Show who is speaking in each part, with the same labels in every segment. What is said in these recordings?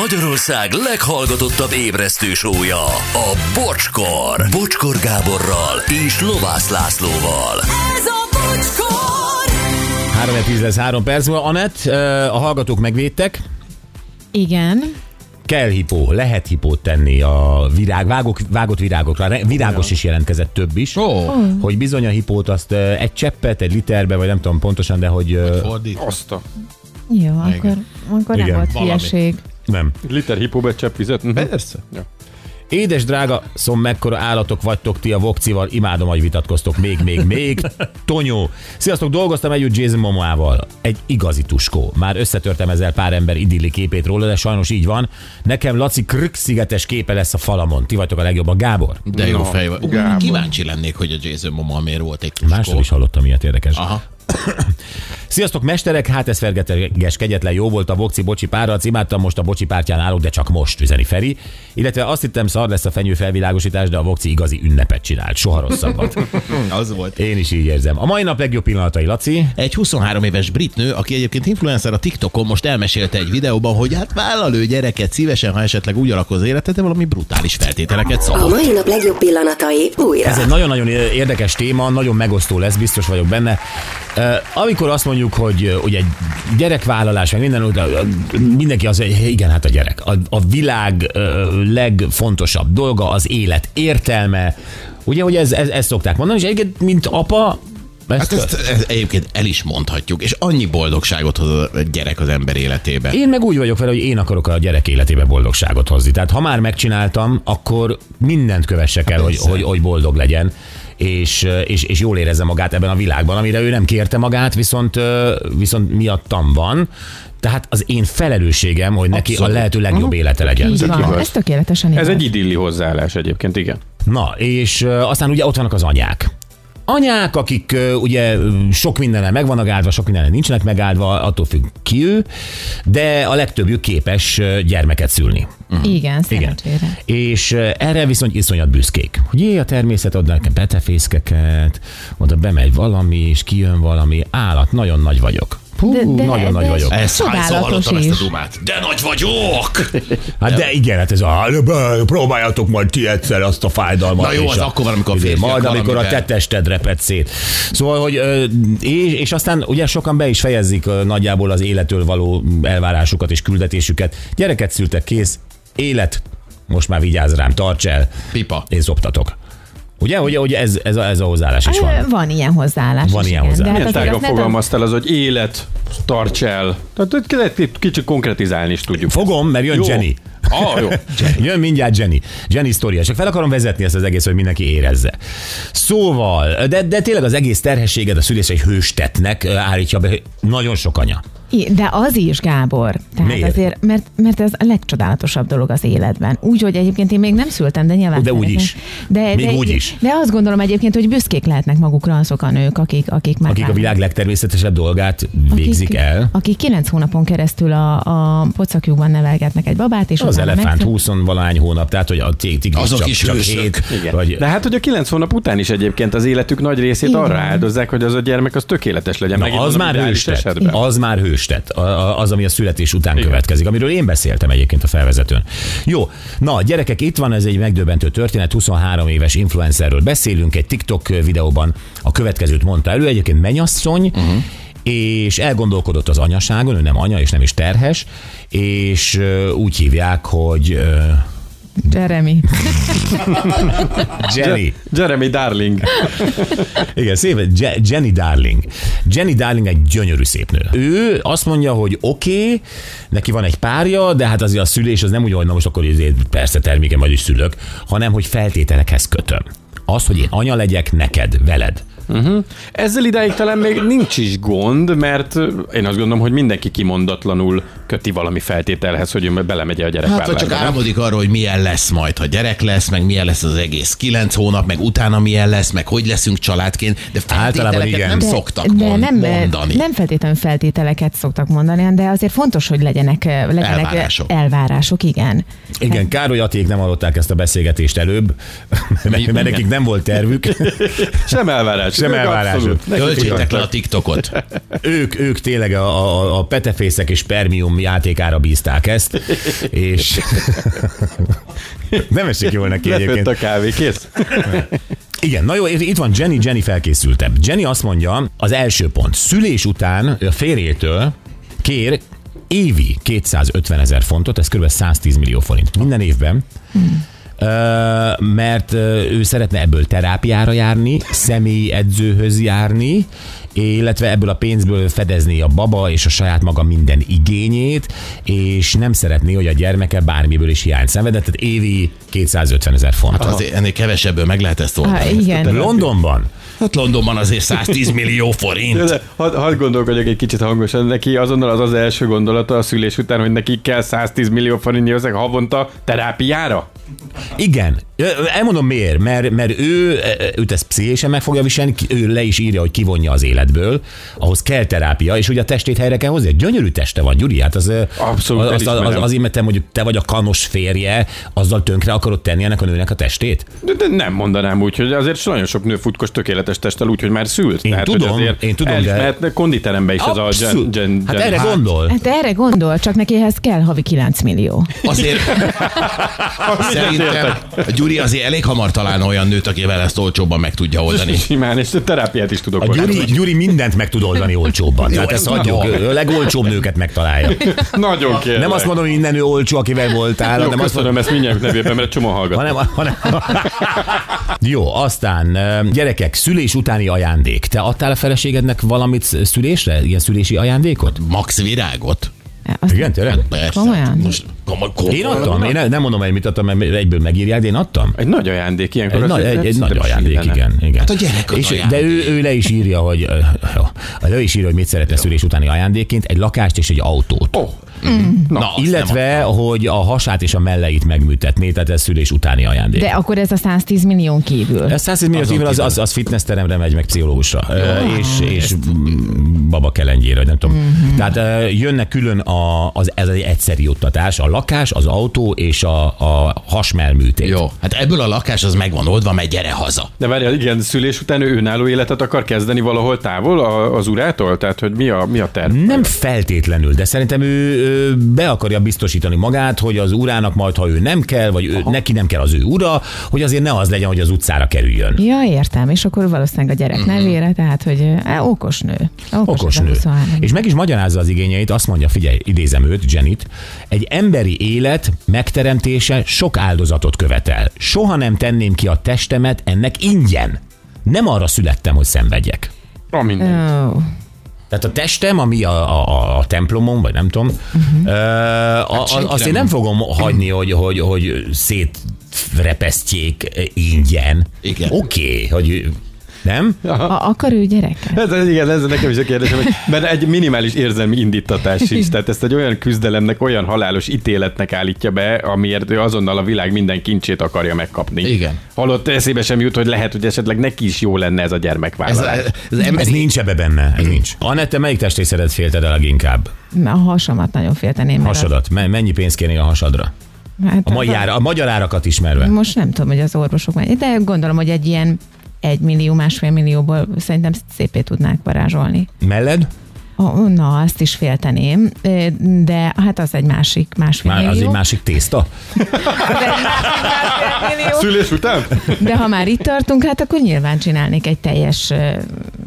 Speaker 1: Magyarország leghallgatottabb ébresztő sója, a Bocskor. Bocskor Gáborral és Lovász Lászlóval.
Speaker 2: Ez a bocskor!
Speaker 3: 3 10 lesz 3 perc múlva. Anett, ö, a hallgatók megvédtek.
Speaker 4: Igen.
Speaker 3: Kell hipó, lehet hipót tenni a virág, vágok, vágott virágokra. Re- Virágos is jelentkezett több is.
Speaker 5: Ó.
Speaker 3: Hogy bizony a hipót azt ö, egy cseppet, egy literbe, vagy nem tudom pontosan, de hogy ö,
Speaker 5: Fordít.
Speaker 6: Azt a
Speaker 4: Jó, akkor, akkor nem
Speaker 3: Igen,
Speaker 4: volt
Speaker 5: valami.
Speaker 4: hülyeség.
Speaker 3: nem.
Speaker 6: liter hipóbe csepp vizet. Mhm.
Speaker 5: Persze.
Speaker 3: Édes drága, szom mekkora állatok vagytok ti a vokcival, imádom, hogy vitatkoztok. Még, még, még. Tonyó. Sziasztok, dolgoztam együtt Jason Momoával. Egy igazi tuskó. Már összetörtem ezzel pár ember idilli képét róla, de sajnos így van. Nekem Laci Krük szigetes képe lesz a falamon. Ti vagytok a legjobb, a Gábor.
Speaker 5: De jó
Speaker 6: Na,
Speaker 5: fej vagy. Ú,
Speaker 6: Gábor.
Speaker 5: Kíváncsi lennék, hogy a Jason Momoa miért volt egy
Speaker 3: Máshol
Speaker 5: tuskó.
Speaker 3: is hallottam ilyet érdekes.
Speaker 5: Aha.
Speaker 3: Sziasztok, mesterek, hát ez fergeteges kegyetlen jó volt a Vokci Bocsi párral, imádtam most a Bocsi pártján állok, de csak most, üzeni Feri. Illetve azt hittem szar lesz a fenyő felvilágosítás, de a Vokci igazi ünnepet csinált, soha rosszabbat.
Speaker 5: Hmm, Az volt.
Speaker 3: Én is így érzem. A mai nap legjobb pillanatai, Laci.
Speaker 5: Egy 23 éves brit nő, aki egyébként influencer a TikTokon most elmesélte egy videóban, hogy hát vállal ő gyereket szívesen, ha esetleg úgy alakul az élete, de valami brutális feltételeket
Speaker 7: A
Speaker 5: szab.
Speaker 7: mai nap legjobb pillanatai újra.
Speaker 3: Ez egy nagyon-nagyon érdekes téma, nagyon megosztó lesz, biztos vagyok benne. Ö, Amikor azt mondjuk, hogy ö, ugye gyerekvállalás, meg minden, ö, ö, mindenki az, hogy igen, hát a gyerek. A, a világ ö, legfontosabb dolga az élet értelme. Ugye, hogy ez, ez, ezt szokták mondani, és egyébként, mint apa, ezt,
Speaker 5: Hát ezt, ezt egyébként el is mondhatjuk, és annyi boldogságot hoz a gyerek az ember életébe.
Speaker 3: Én meg úgy vagyok vele, hogy én akarok a gyerek életébe boldogságot hozni. Tehát ha már megcsináltam, akkor mindent kövessek el, hogy,
Speaker 5: persze.
Speaker 3: hogy, hogy boldog legyen. És, eh, és, és jól érezze magát ebben a világban, amire ő nem kérte magát, viszont, ö, viszont miattam van. Tehát az én felelősségem, hogy neki
Speaker 5: Abszolút.
Speaker 3: a lehető legjobb élete legyen.
Speaker 4: Így van.
Speaker 6: igaz.
Speaker 4: Ez tökéletesen igaz.
Speaker 6: Ez egy idilli hozzáállás egyébként, igen.
Speaker 3: Na, és ö, aztán ugye ott vannak az anyák. Anyák, akik ö, ugye ö, sok mindenen meg vannak áldva, sok mindenen nincsenek megáldva, attól függ ki ő, de a legtöbbjük képes ö, gyermeket szülni.
Speaker 4: Igen,
Speaker 3: Igen.
Speaker 4: szerencsére.
Speaker 3: És eh, erre viszont iszonyat büszkék. Hogy jé, a természet ad nekem betefészkeket, oda bemegy valami, és kijön valami állat, nagyon nagy vagyok. Hú,
Speaker 4: De- de-
Speaker 3: nagyon nagy
Speaker 4: de-
Speaker 3: vagyok.
Speaker 4: de-
Speaker 5: Ezt hányszor
Speaker 4: Csodálatos
Speaker 5: hallottam ezt a
Speaker 4: is.
Speaker 5: dumát. De nagy vagyok!
Speaker 3: Hát de igen, hát ez a "Á, próbáljátok majd ti egyszer azt a fájdalmat.
Speaker 5: Na jó,
Speaker 3: és
Speaker 5: az
Speaker 3: a,
Speaker 5: akkor van, amikor a
Speaker 3: izé,
Speaker 5: férfiak
Speaker 3: Majd amikor a
Speaker 5: valamivel-
Speaker 3: te tested reped szét. Szóval, hogy ö, és, és aztán ugye sokan be is fejezik ö, nagyjából az életől való elvárásukat és küldetésüket. Gyereket szültek, kész, élet, most már vigyázz rám, tarts el.
Speaker 5: Pipa.
Speaker 3: Én szoptatok. Ugye, ugye, ugye ez, ez, a, ez a hozzáállás is
Speaker 4: Van.
Speaker 3: van.
Speaker 4: van ilyen hozzáállás.
Speaker 3: Van
Speaker 4: is,
Speaker 3: ilyen
Speaker 4: igen.
Speaker 3: hozzáállás.
Speaker 4: De hát
Speaker 6: Milyen
Speaker 4: azért
Speaker 6: tágan
Speaker 4: azt ne tudom-
Speaker 6: fogalmaztál az, hogy élet, tarts el. Tehát hogy kellett itt kicsit konkretizálni is tudjuk.
Speaker 3: Fogom, mert jön
Speaker 6: Jó.
Speaker 3: Jenny.
Speaker 6: Ah, jó.
Speaker 3: Jön mindjárt Jenny. Jenny sztoria. Csak fel akarom vezetni ezt az egész, hogy mindenki érezze. Szóval, de, de tényleg az egész terhességed a szülés egy hőstetnek ö, állítja be nagyon sok anya.
Speaker 4: I- De az is, Gábor. Tehát
Speaker 3: Miért?
Speaker 4: azért, mert, mert ez a legcsodálatosabb dolog az életben. Úgy, hogy egyébként én még nem szültem, de nyilván.
Speaker 3: De úgy
Speaker 4: szeretném.
Speaker 3: is.
Speaker 4: De,
Speaker 3: Még
Speaker 4: de,
Speaker 3: úgy is.
Speaker 4: De azt gondolom egyébként, hogy büszkék lehetnek magukra azok a nők, akik, akik már.
Speaker 3: Akik a világ legtermészetesebb dolgát végzik
Speaker 4: akik,
Speaker 3: el.
Speaker 4: Akik kilenc hónapon keresztül a, a pocakjukban nevelgetnek egy babát, és
Speaker 3: Az
Speaker 4: utána
Speaker 3: elefánt
Speaker 4: megszül-
Speaker 3: 20 valahány hónap, tehát hogy a tig- tigris
Speaker 5: Azok
Speaker 3: csak,
Speaker 5: is
Speaker 3: csak
Speaker 5: hősök.
Speaker 3: hét,
Speaker 6: Igen.
Speaker 3: vagy
Speaker 6: De hát, hogy a kilenc hónap után is egyébként az életük nagy részét
Speaker 4: Igen.
Speaker 6: arra áldozzák, hogy az a gyermek az tökéletes legyen.
Speaker 3: Na,
Speaker 6: Megint
Speaker 3: az,
Speaker 6: mondom,
Speaker 3: már
Speaker 6: ideális
Speaker 3: hőstett,
Speaker 6: esetben.
Speaker 3: az már hőstett. A- a- Az, ami a születés után
Speaker 6: Igen.
Speaker 3: következik, amiről én beszéltem egyébként a felvezetőn. Jó, na gyerekek, itt van ez egy megdöbbentő történet. 23 éves influencerről beszélünk egy TikTok videóban. A következőt mondta elő, egyébként menyasszony,
Speaker 6: Mhm.
Speaker 3: uh-huh és elgondolkodott az anyaságon, ő nem anya, és nem is terhes, és ö, úgy hívják, hogy ö,
Speaker 4: Jeremy.
Speaker 3: Jenny.
Speaker 6: Jeremy Darling.
Speaker 3: Igen, szép, Je- Jenny Darling. Jenny Darling egy gyönyörű szép nő. Ő azt mondja, hogy oké, okay, neki van egy párja, de hát azért a szülés az nem úgy, hogy na most akkor izé, persze terméke majd is szülök, hanem hogy feltételekhez kötöm. Az, hogy én anya legyek neked, veled.
Speaker 6: Ezzel idáig talán még nincs is gond, mert én azt gondolom, hogy mindenki kimondatlanul köti valami feltételhez, hogy ő belemegy a gyerek
Speaker 5: Hát, vagy csak álmodik arról, hogy milyen lesz majd, ha gyerek lesz, meg milyen lesz az egész kilenc hónap, meg utána milyen lesz, meg hogy leszünk családként, de feltételeket
Speaker 3: igen.
Speaker 5: nem
Speaker 3: De-
Speaker 5: szoktak mond,
Speaker 4: nem,
Speaker 5: mondani.
Speaker 4: nem feltétlenül feltételeket szoktak mondani, de azért fontos, hogy legyenek, eh, legyenek
Speaker 5: Elvárások.
Speaker 4: elvárások, igen.
Speaker 3: Igen, kár, hogy aték nem hallották ezt a beszélgetést előbb, mert, mert nekik nem volt tervük.
Speaker 6: Sem elvárás,
Speaker 3: sem
Speaker 6: Ők
Speaker 3: elvárásod.
Speaker 6: abszolút. Nekik
Speaker 5: Töltsétek le
Speaker 6: igazak.
Speaker 5: a TikTokot.
Speaker 3: Ők, ők tényleg a, a, a petefészek és permium játékára bízták ezt, és nem esik jól neki
Speaker 6: Lefőtt
Speaker 3: egyébként.
Speaker 6: a kávé, kész.
Speaker 3: Igen, na jó, itt van Jenny, Jenny felkészültebb. Jenny azt mondja, az első pont, szülés után ő a férjétől kér évi 250 ezer fontot, ez kb. 110 millió forint minden évben, Ö, mert ö, ő szeretne ebből terápiára járni, személyi edzőhöz járni, illetve ebből a pénzből fedezni a baba és a saját maga minden igényét, és nem szeretné, hogy a gyermeke bármiből is hiány szenvedett, tehát évi 250 ezer font.
Speaker 5: Azért ennél kevesebből meg lehet ezt
Speaker 4: Ah,
Speaker 5: oldani.
Speaker 4: igen.
Speaker 3: Londonban
Speaker 5: Hát Londonban azért 110 millió forint.
Speaker 6: De hadd had gondolkodjak egy kicsit hangosan, neki azonnal az az első gondolata a szülés után, hogy neki kell 110 millió forintnyi összeg havonta terápiára?
Speaker 3: Igen. Ö, Elmondom miért. Mert, mert ő, ö, őt ezt pszichésen meg fogja viselni, ki- ő le is írja, hogy kivonja az életből, ahhoz kell terápia, és ugye a testét helyre kell hozni. Egy Gyönyörű teste van, Gyuri, hát az, ö,
Speaker 6: Abszolút,
Speaker 3: az, az, az,
Speaker 6: elismerem.
Speaker 3: azért, mert te mondjuk te vagy a kanos férje, azzal tönkre akarod tenni ennek a nőnek a testét?
Speaker 6: De, de nem mondanám úgy, hogy azért nagyon sok nő futkos tökéletes testtel úgy, hogy már szült.
Speaker 3: Én
Speaker 6: hogy
Speaker 3: tudom,
Speaker 6: azért
Speaker 3: én tudom, de-
Speaker 6: elismerhetne konditerembe is ez a gen, gen,
Speaker 3: hát
Speaker 6: gen-
Speaker 3: erre gondol.
Speaker 4: Hát erre gondol, csak neki ehhez kell havi 9 millió.
Speaker 5: Azért
Speaker 6: Hát,
Speaker 5: szerintem a Gyuri azért elég hamar talán olyan nőt, akivel ezt olcsóbban meg tudja oldani.
Speaker 6: Simán, és terápiát is tudok
Speaker 3: A
Speaker 6: oldani.
Speaker 3: Gyuri, Gyuri mindent meg tud oldani olcsóbban. Tehát ezt adjuk, ő a legolcsóbb nőket megtalálja.
Speaker 6: Nagyon kérlek.
Speaker 3: Nem azt mondom, hogy minden nő olcsó, akivel voltál,
Speaker 6: Jó,
Speaker 3: hanem azt
Speaker 6: köszönöm ezt mindjárt nevében, mert csomó hallgat.
Speaker 3: Hanem, hanem... Jó, aztán ö, gyerekek, szülés utáni ajándék. Te adtál a feleségednek valamit sz- szülésre? Ilyen szülési ajándékot?
Speaker 5: Max virágot?
Speaker 4: Azt
Speaker 3: Igen, tényleg?
Speaker 5: Persze.
Speaker 4: Komolyan?
Speaker 5: Most komoly, komoly.
Speaker 3: Én adtam, én nem mondom, hogy mit adtam, mert egyből megírják, de én adtam.
Speaker 6: Egy nagy ajándék ilyenkor.
Speaker 3: Egy,
Speaker 6: az-
Speaker 3: nagy,
Speaker 6: ez-
Speaker 3: egy,
Speaker 6: ez
Speaker 3: egy nagy
Speaker 6: szerintem
Speaker 3: ajándék,
Speaker 6: sírlene.
Speaker 3: igen. igen.
Speaker 5: Hát a gyerek az
Speaker 3: és, De
Speaker 5: ajándék.
Speaker 3: ő, ő le is írja, hogy ö, jó, le is írja, hogy mit szeretne szülés utáni ajándékként, egy lakást és egy autót.
Speaker 6: Ó,
Speaker 5: Na, azt nem
Speaker 3: Illetve, hogy a hasát és a melleit megműtetné, tehát ez szülés utáni ajándék.
Speaker 4: De akkor ez a 110 millió kívül.
Speaker 3: Ez 110 millió kívül az, az, az fitnessteremre megy, meg pszichológusra, Ö, és, és mm, baba kelengyére, vagy nem tudom. Tehát ö, jönne külön a, az, ez egy egyszeri juttatás, a lakás, az autó és a, a hasmelműtét.
Speaker 5: Jó, hát ebből a lakás az megvan oldva, mert gyere haza.
Speaker 6: de várjál, igen, szülés után ő önálló életet akar kezdeni valahol távol a- az urától? Tehát, hogy mi a, mi a terv?
Speaker 3: Nem feltétlenül, de szerintem ő, ő be akarja biztosítani magát, hogy az urának majd, ha ő nem kell, vagy ő, neki nem kell az ő ura, hogy azért ne az legyen, hogy az utcára kerüljön.
Speaker 4: Ja, értem, és akkor valószínűleg a gyerek nevére, tehát, hogy eh, okos nő.
Speaker 3: Mhm. Okos
Speaker 4: ez a
Speaker 3: nő.
Speaker 4: 23.
Speaker 3: És meg is magyarázza az igényeit, azt mondja, figyelj, idézem őt, Jenit, egy emberi élet megteremtése sok áldozatot követel. Soha nem tenném ki a testemet ennek ingyen. Nem arra születtem, hogy szenvedjek.
Speaker 6: A minden.
Speaker 4: Ó,
Speaker 3: Tehát a testem, ami a, a- a, a templomon, vagy nem tudom, uh-huh. a, a,
Speaker 5: Hát senki
Speaker 3: azt én
Speaker 5: nem-
Speaker 3: nem fogom hagyni, hogy, hogy, hogy szét repesztjék ingyen.
Speaker 5: Igen.
Speaker 3: Oké, okay, hogy nem?
Speaker 4: a- akar ő gyereket?
Speaker 6: Ez, ez, igen, ez nekem is a kérdésem, hogy mert egy minimális érzelmi indítatás is, tehát ezt egy olyan küzdelemnek, olyan halálos ítéletnek állítja be, amiért ő azonnal a világ minden kincsét akarja megkapni.
Speaker 5: Igen.
Speaker 6: Holott eszébe sem jut, hogy lehet, hogy esetleg neki is jó lenne ez a
Speaker 5: Ez,
Speaker 6: gyermekvállalás.
Speaker 5: ez, ez
Speaker 3: Ez
Speaker 5: emberi...
Speaker 3: nincs ebbe benne, ez nincs. Anette, melyik testrészedet félted el leginkább?
Speaker 4: A hasamat nagyon félteném. mert
Speaker 3: Hasadat? Me- Mennyi pénzt kérnél a hasadra?
Speaker 4: az- Hát,
Speaker 3: A magyar, a magyar árakat ismerve.
Speaker 4: Most nem tudom, hogy az orvosok mennyi, de gondolom, hogy egy ilyen egy millió, másfél millióból szerintem szépé tudnák varázsolni.
Speaker 3: Melled?
Speaker 4: Ó, Na, azt is félteném, eh, de hát az egy másik, másfél
Speaker 3: Már az
Speaker 4: millió.
Speaker 3: egy másik tészta?
Speaker 4: De, másfél millió.
Speaker 6: Szülés után?
Speaker 4: de ha már itt tartunk, hát akkor nyilván csinálnék egy teljes eh,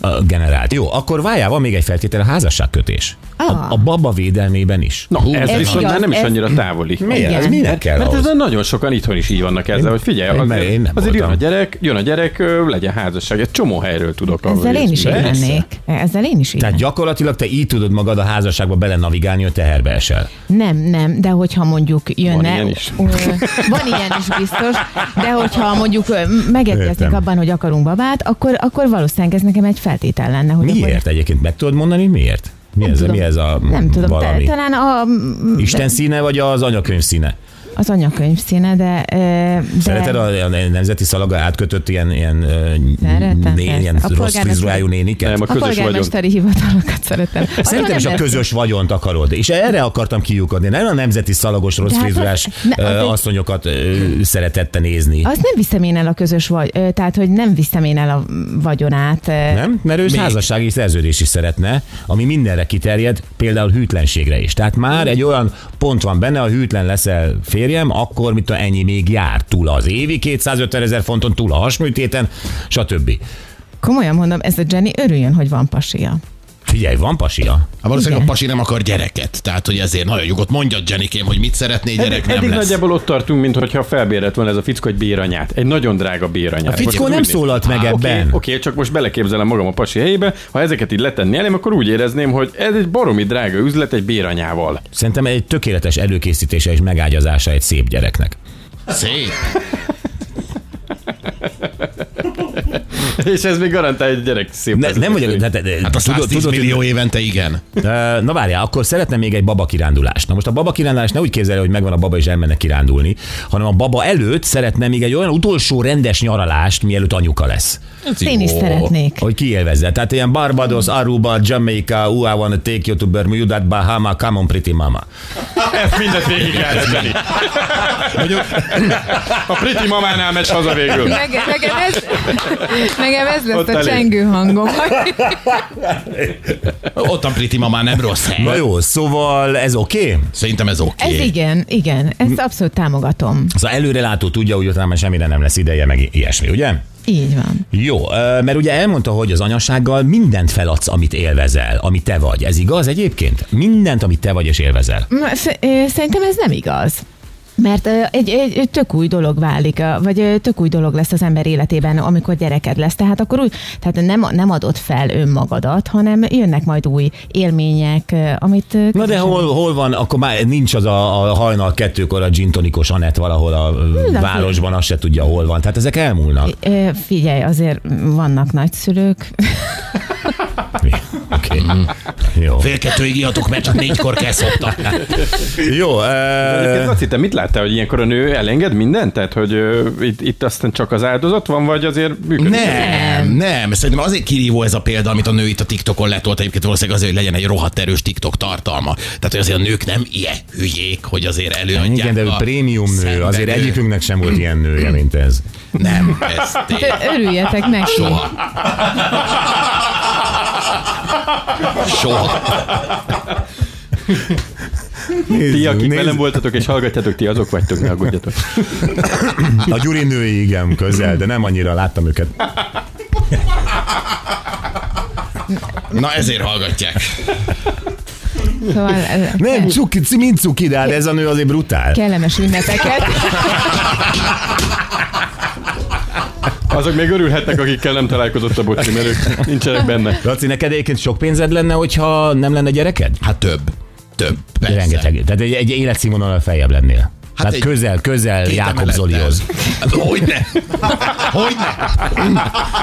Speaker 3: A generált. Jó, akkor várjál, van még egy feltétel, a házasságkötés. A,
Speaker 4: Ah.
Speaker 3: a baba védelmében is.
Speaker 6: Na, ez,
Speaker 4: ez
Speaker 6: viszont
Speaker 4: igaz,
Speaker 6: már nem is
Speaker 4: ez-
Speaker 6: annyira távoli.
Speaker 3: Miért?
Speaker 4: igen.
Speaker 3: Ez minek kell
Speaker 6: Mert
Speaker 3: ahhoz?
Speaker 6: ezzel nagyon sokan itthon is így vannak ezzel,
Speaker 3: Én-
Speaker 6: hogy figyelj,
Speaker 3: én- mert
Speaker 6: azért,
Speaker 3: én nem
Speaker 6: azért jön a
Speaker 3: voltam.
Speaker 6: gyerek, jön a gyerek, ö, legyen házasság. Egy csomó helyről tudok. ahol
Speaker 4: Ezzel én
Speaker 6: ezt-
Speaker 4: is így
Speaker 6: Persze.
Speaker 4: lennék. Ezzel én is így
Speaker 3: Tehát
Speaker 4: lennék.
Speaker 3: gyakorlatilag te így tudod magad a házasságba bele navigálni, hogy teherbe esel.
Speaker 4: Nem, nem, de hogyha mondjuk jönne...
Speaker 6: Van ilyen is.
Speaker 4: Ö, van ilyen is biztos, de hogyha mondjuk ö, m- megegyeznek
Speaker 3: Értem.
Speaker 4: abban, hogy akarunk babát, akkor, akkor valószínűleg ez nekem egy feltétel lenne. Hogy
Speaker 3: Miért egyébként? Meg tudod mondani, miért? Mi ez, a-
Speaker 4: Akkor,
Speaker 3: mi ez a
Speaker 4: nem tudom, te,
Speaker 3: valami?
Speaker 4: talán a...
Speaker 3: Isten színe, vagy az anyakönyv színe?
Speaker 4: az anyakönyv színe, de... ö, de
Speaker 3: Szereted a, a nemzeti szalaga átkötött ilyen, ilyen, ö,
Speaker 4: Szeretem,
Speaker 3: né,
Speaker 4: persze.
Speaker 3: ilyen
Speaker 4: A
Speaker 3: rossz
Speaker 4: polgármester-
Speaker 3: frizruhájú néniket?
Speaker 6: Nem, a
Speaker 4: a
Speaker 6: közös vagyon.
Speaker 4: polgármesteri hivatalokat szeretem.
Speaker 3: Szerintem is a közös vagyont akarod. És erre akartam kiukadni. Nem a nemzeti szalagos rossz
Speaker 4: De hát az-
Speaker 3: frizurás
Speaker 4: ne, az
Speaker 3: ö,
Speaker 4: egy-
Speaker 3: asszonyokat ö, szeretette nézni.
Speaker 4: Azt nem viszem én el a közös vagy, ö, tehát hogy nem viszem én el a vagyonát. Nem?
Speaker 3: Nem? Mert ő házassági szerződés is szeretne, ami mindenre kiterjed, például hűtlenségre is. Tehát már egy olyan pont van benne, ha hűtlen leszel férjem, akkor mit a ennyi még jár túl az évi 250 ezer fonton, túl a hasműtéten, stb.
Speaker 4: Komolyan mondom, ez a Jenny örüljön, hogy van pasia.
Speaker 3: Figyelj, van pasia?
Speaker 5: Hát valószínűleg
Speaker 4: Igen.
Speaker 5: a pasi nem akar gyereket, tehát hogy ezért nagyon nyugodt. Mondja Jenikém, hogy mit szeretné, gyerek
Speaker 6: Eddig,
Speaker 5: nem
Speaker 6: eddig
Speaker 5: lesz.
Speaker 6: nagyjából ott tartunk, mintha felbérelt volna ez a fickó egy béranyát. Egy nagyon drága béranyát.
Speaker 3: A fickó
Speaker 6: Most
Speaker 3: nem
Speaker 6: úgy néz-
Speaker 3: szólalt meg
Speaker 6: Á, Oké,
Speaker 3: ebben.
Speaker 6: oké, csak most beleképzelem magam a pasi helyébe. Ha ezeket így letenni elém, akkor úgy érezném, hogy ez egy baromi drága üzlet egy béranyával.
Speaker 3: Szerintem egy tökéletes előkészítése és megágyazása egy szép gyereknek.
Speaker 5: Szép.
Speaker 6: És ez még garantál egy gyerek szép.
Speaker 3: Ne,
Speaker 6: lesz.
Speaker 3: nem vagyok, hát, hát,
Speaker 5: Hát a 110 millió évente igen.
Speaker 3: Ö, Na várjál, akkor szeretne még egy baba kirándulást. Na most a baba kirándulás ne úgy képzelje, hogy megvan a baba és elmenne kirándulni, hanem a baba előtt szeretne még egy olyan utolsó rendes nyaralást, mielőtt anyuka lesz.
Speaker 4: Én is
Speaker 5: Jó.
Speaker 4: szeretnék.
Speaker 3: Hogy kiélvezze. Tehát ilyen Barbados, Aruba, Jamaica, uh, I wanna take you to Bermuda, Bahama, come on pretty mama.
Speaker 6: Ezt mindent végig kellett venni. A priti mamánál megy haza végül.
Speaker 4: Nekem, nekem, ez, nekem ez lesz
Speaker 6: Ott
Speaker 4: Ott a
Speaker 6: elég.
Speaker 4: csengő hangom.
Speaker 5: Ott a Priti ma már nem rossz hely.
Speaker 3: Na jó, szóval ez oké? Okay?
Speaker 5: Szerintem ez oké.
Speaker 4: Ez igen, igen, ezt abszolút támogatom.
Speaker 3: Szóval előrelátó tudja, hogy utána már semmire nem lesz ideje, meg i- ilyesmi, ugye?
Speaker 4: Így van.
Speaker 3: Jó, ö, mert ugye elmondta, hogy az anyasággal mindent feladsz, amit élvezel, ami te vagy. Ez igaz egyébként? Mindent, amit te vagy és élvezel.
Speaker 4: M- f- ö, Szerintem ez nem igaz. Mert ö, egy, egy egy tök új dolog válik, ö, vagy ö, tök új dolog lesz az ember életében, amikor gyereked lesz. Tehát akkor úgy, tehát nem, nem adod fel önmagadat, hanem jönnek majd új élmények, ö, amit... ö,
Speaker 3: Na de
Speaker 4: közösen-
Speaker 3: hol, hol van, akkor már nincs az a, a hajnal kettőkor a gintonikos Anett valahol a ö,
Speaker 4: de
Speaker 3: városban, azt se tudja, hol van. Tehát ezek elmúlnak.
Speaker 4: Ö, Figyelj, azért vannak nagyszülők.
Speaker 3: Oké. Jó.
Speaker 5: Fél kettőig ihatok, mert csak négykor kell szopta.
Speaker 3: Jó. ö,
Speaker 6: Egyébként Laci, te mit láttál, hogy ilyenkor a nő elenged mindent? Tehát, hogy ö, itt, itt aztán csak az áldozat van, vagy azért működik?
Speaker 5: Nem, nem. Szerintem azért kirívó ez a példa, amit a nő itt a TikTokon letolt, egyébként valószínűleg azért, hogy legyen egy rohadt erős TikTok tartalma. Tehát, hogy azért a nők nem ilyen hülyék, hogy azért előadják.
Speaker 3: Igen, de ő
Speaker 5: a
Speaker 3: prémium nő,
Speaker 5: szenvedő-
Speaker 3: azért egyikünknek sem volt ilyen nője, mint ez.
Speaker 5: Nem, ez tény.
Speaker 4: Örüljetek neki.
Speaker 5: Soha. Soha.
Speaker 6: Ti, akik velem voltatok és hallgatjátok, ti azok vagytok, ne aggódjatok.
Speaker 3: A Gyuri női igen közel, de nem annyira láttam őket.
Speaker 5: Na ezért hallgatják.
Speaker 4: Szóval ö,
Speaker 3: Nem,
Speaker 4: ke-
Speaker 3: cuki, ci- mind cuki, de hát ez a nő azért brutál.
Speaker 4: kellemes ünnepeket.
Speaker 6: Azok még örülhetnek, akikkel nem találkozott a bocsi, mert ők nincsenek benne.
Speaker 3: Laci, neked egyébként sok pénzed lenne, hogyha nem lenne gyereked?
Speaker 5: Hát több. Több.
Speaker 3: Persze.
Speaker 5: Persze.
Speaker 3: Rengeteg. Tehát egy, egy életszínvonalon feljebb lennél. Hát Tehát
Speaker 5: egy-
Speaker 3: egy közel, közel
Speaker 5: Két
Speaker 3: Jákob
Speaker 5: emelettel.
Speaker 3: Zolihoz.
Speaker 5: Hát Hogyne? Hogyne?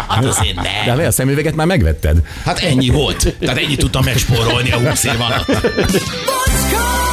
Speaker 5: Hát azért
Speaker 3: De
Speaker 5: ne.
Speaker 3: mi a szemüveget már megvetted?
Speaker 5: Hát ennyi volt. Tehát ennyit tudtam megspórolni a 20 év alatt.
Speaker 2: Bocskor!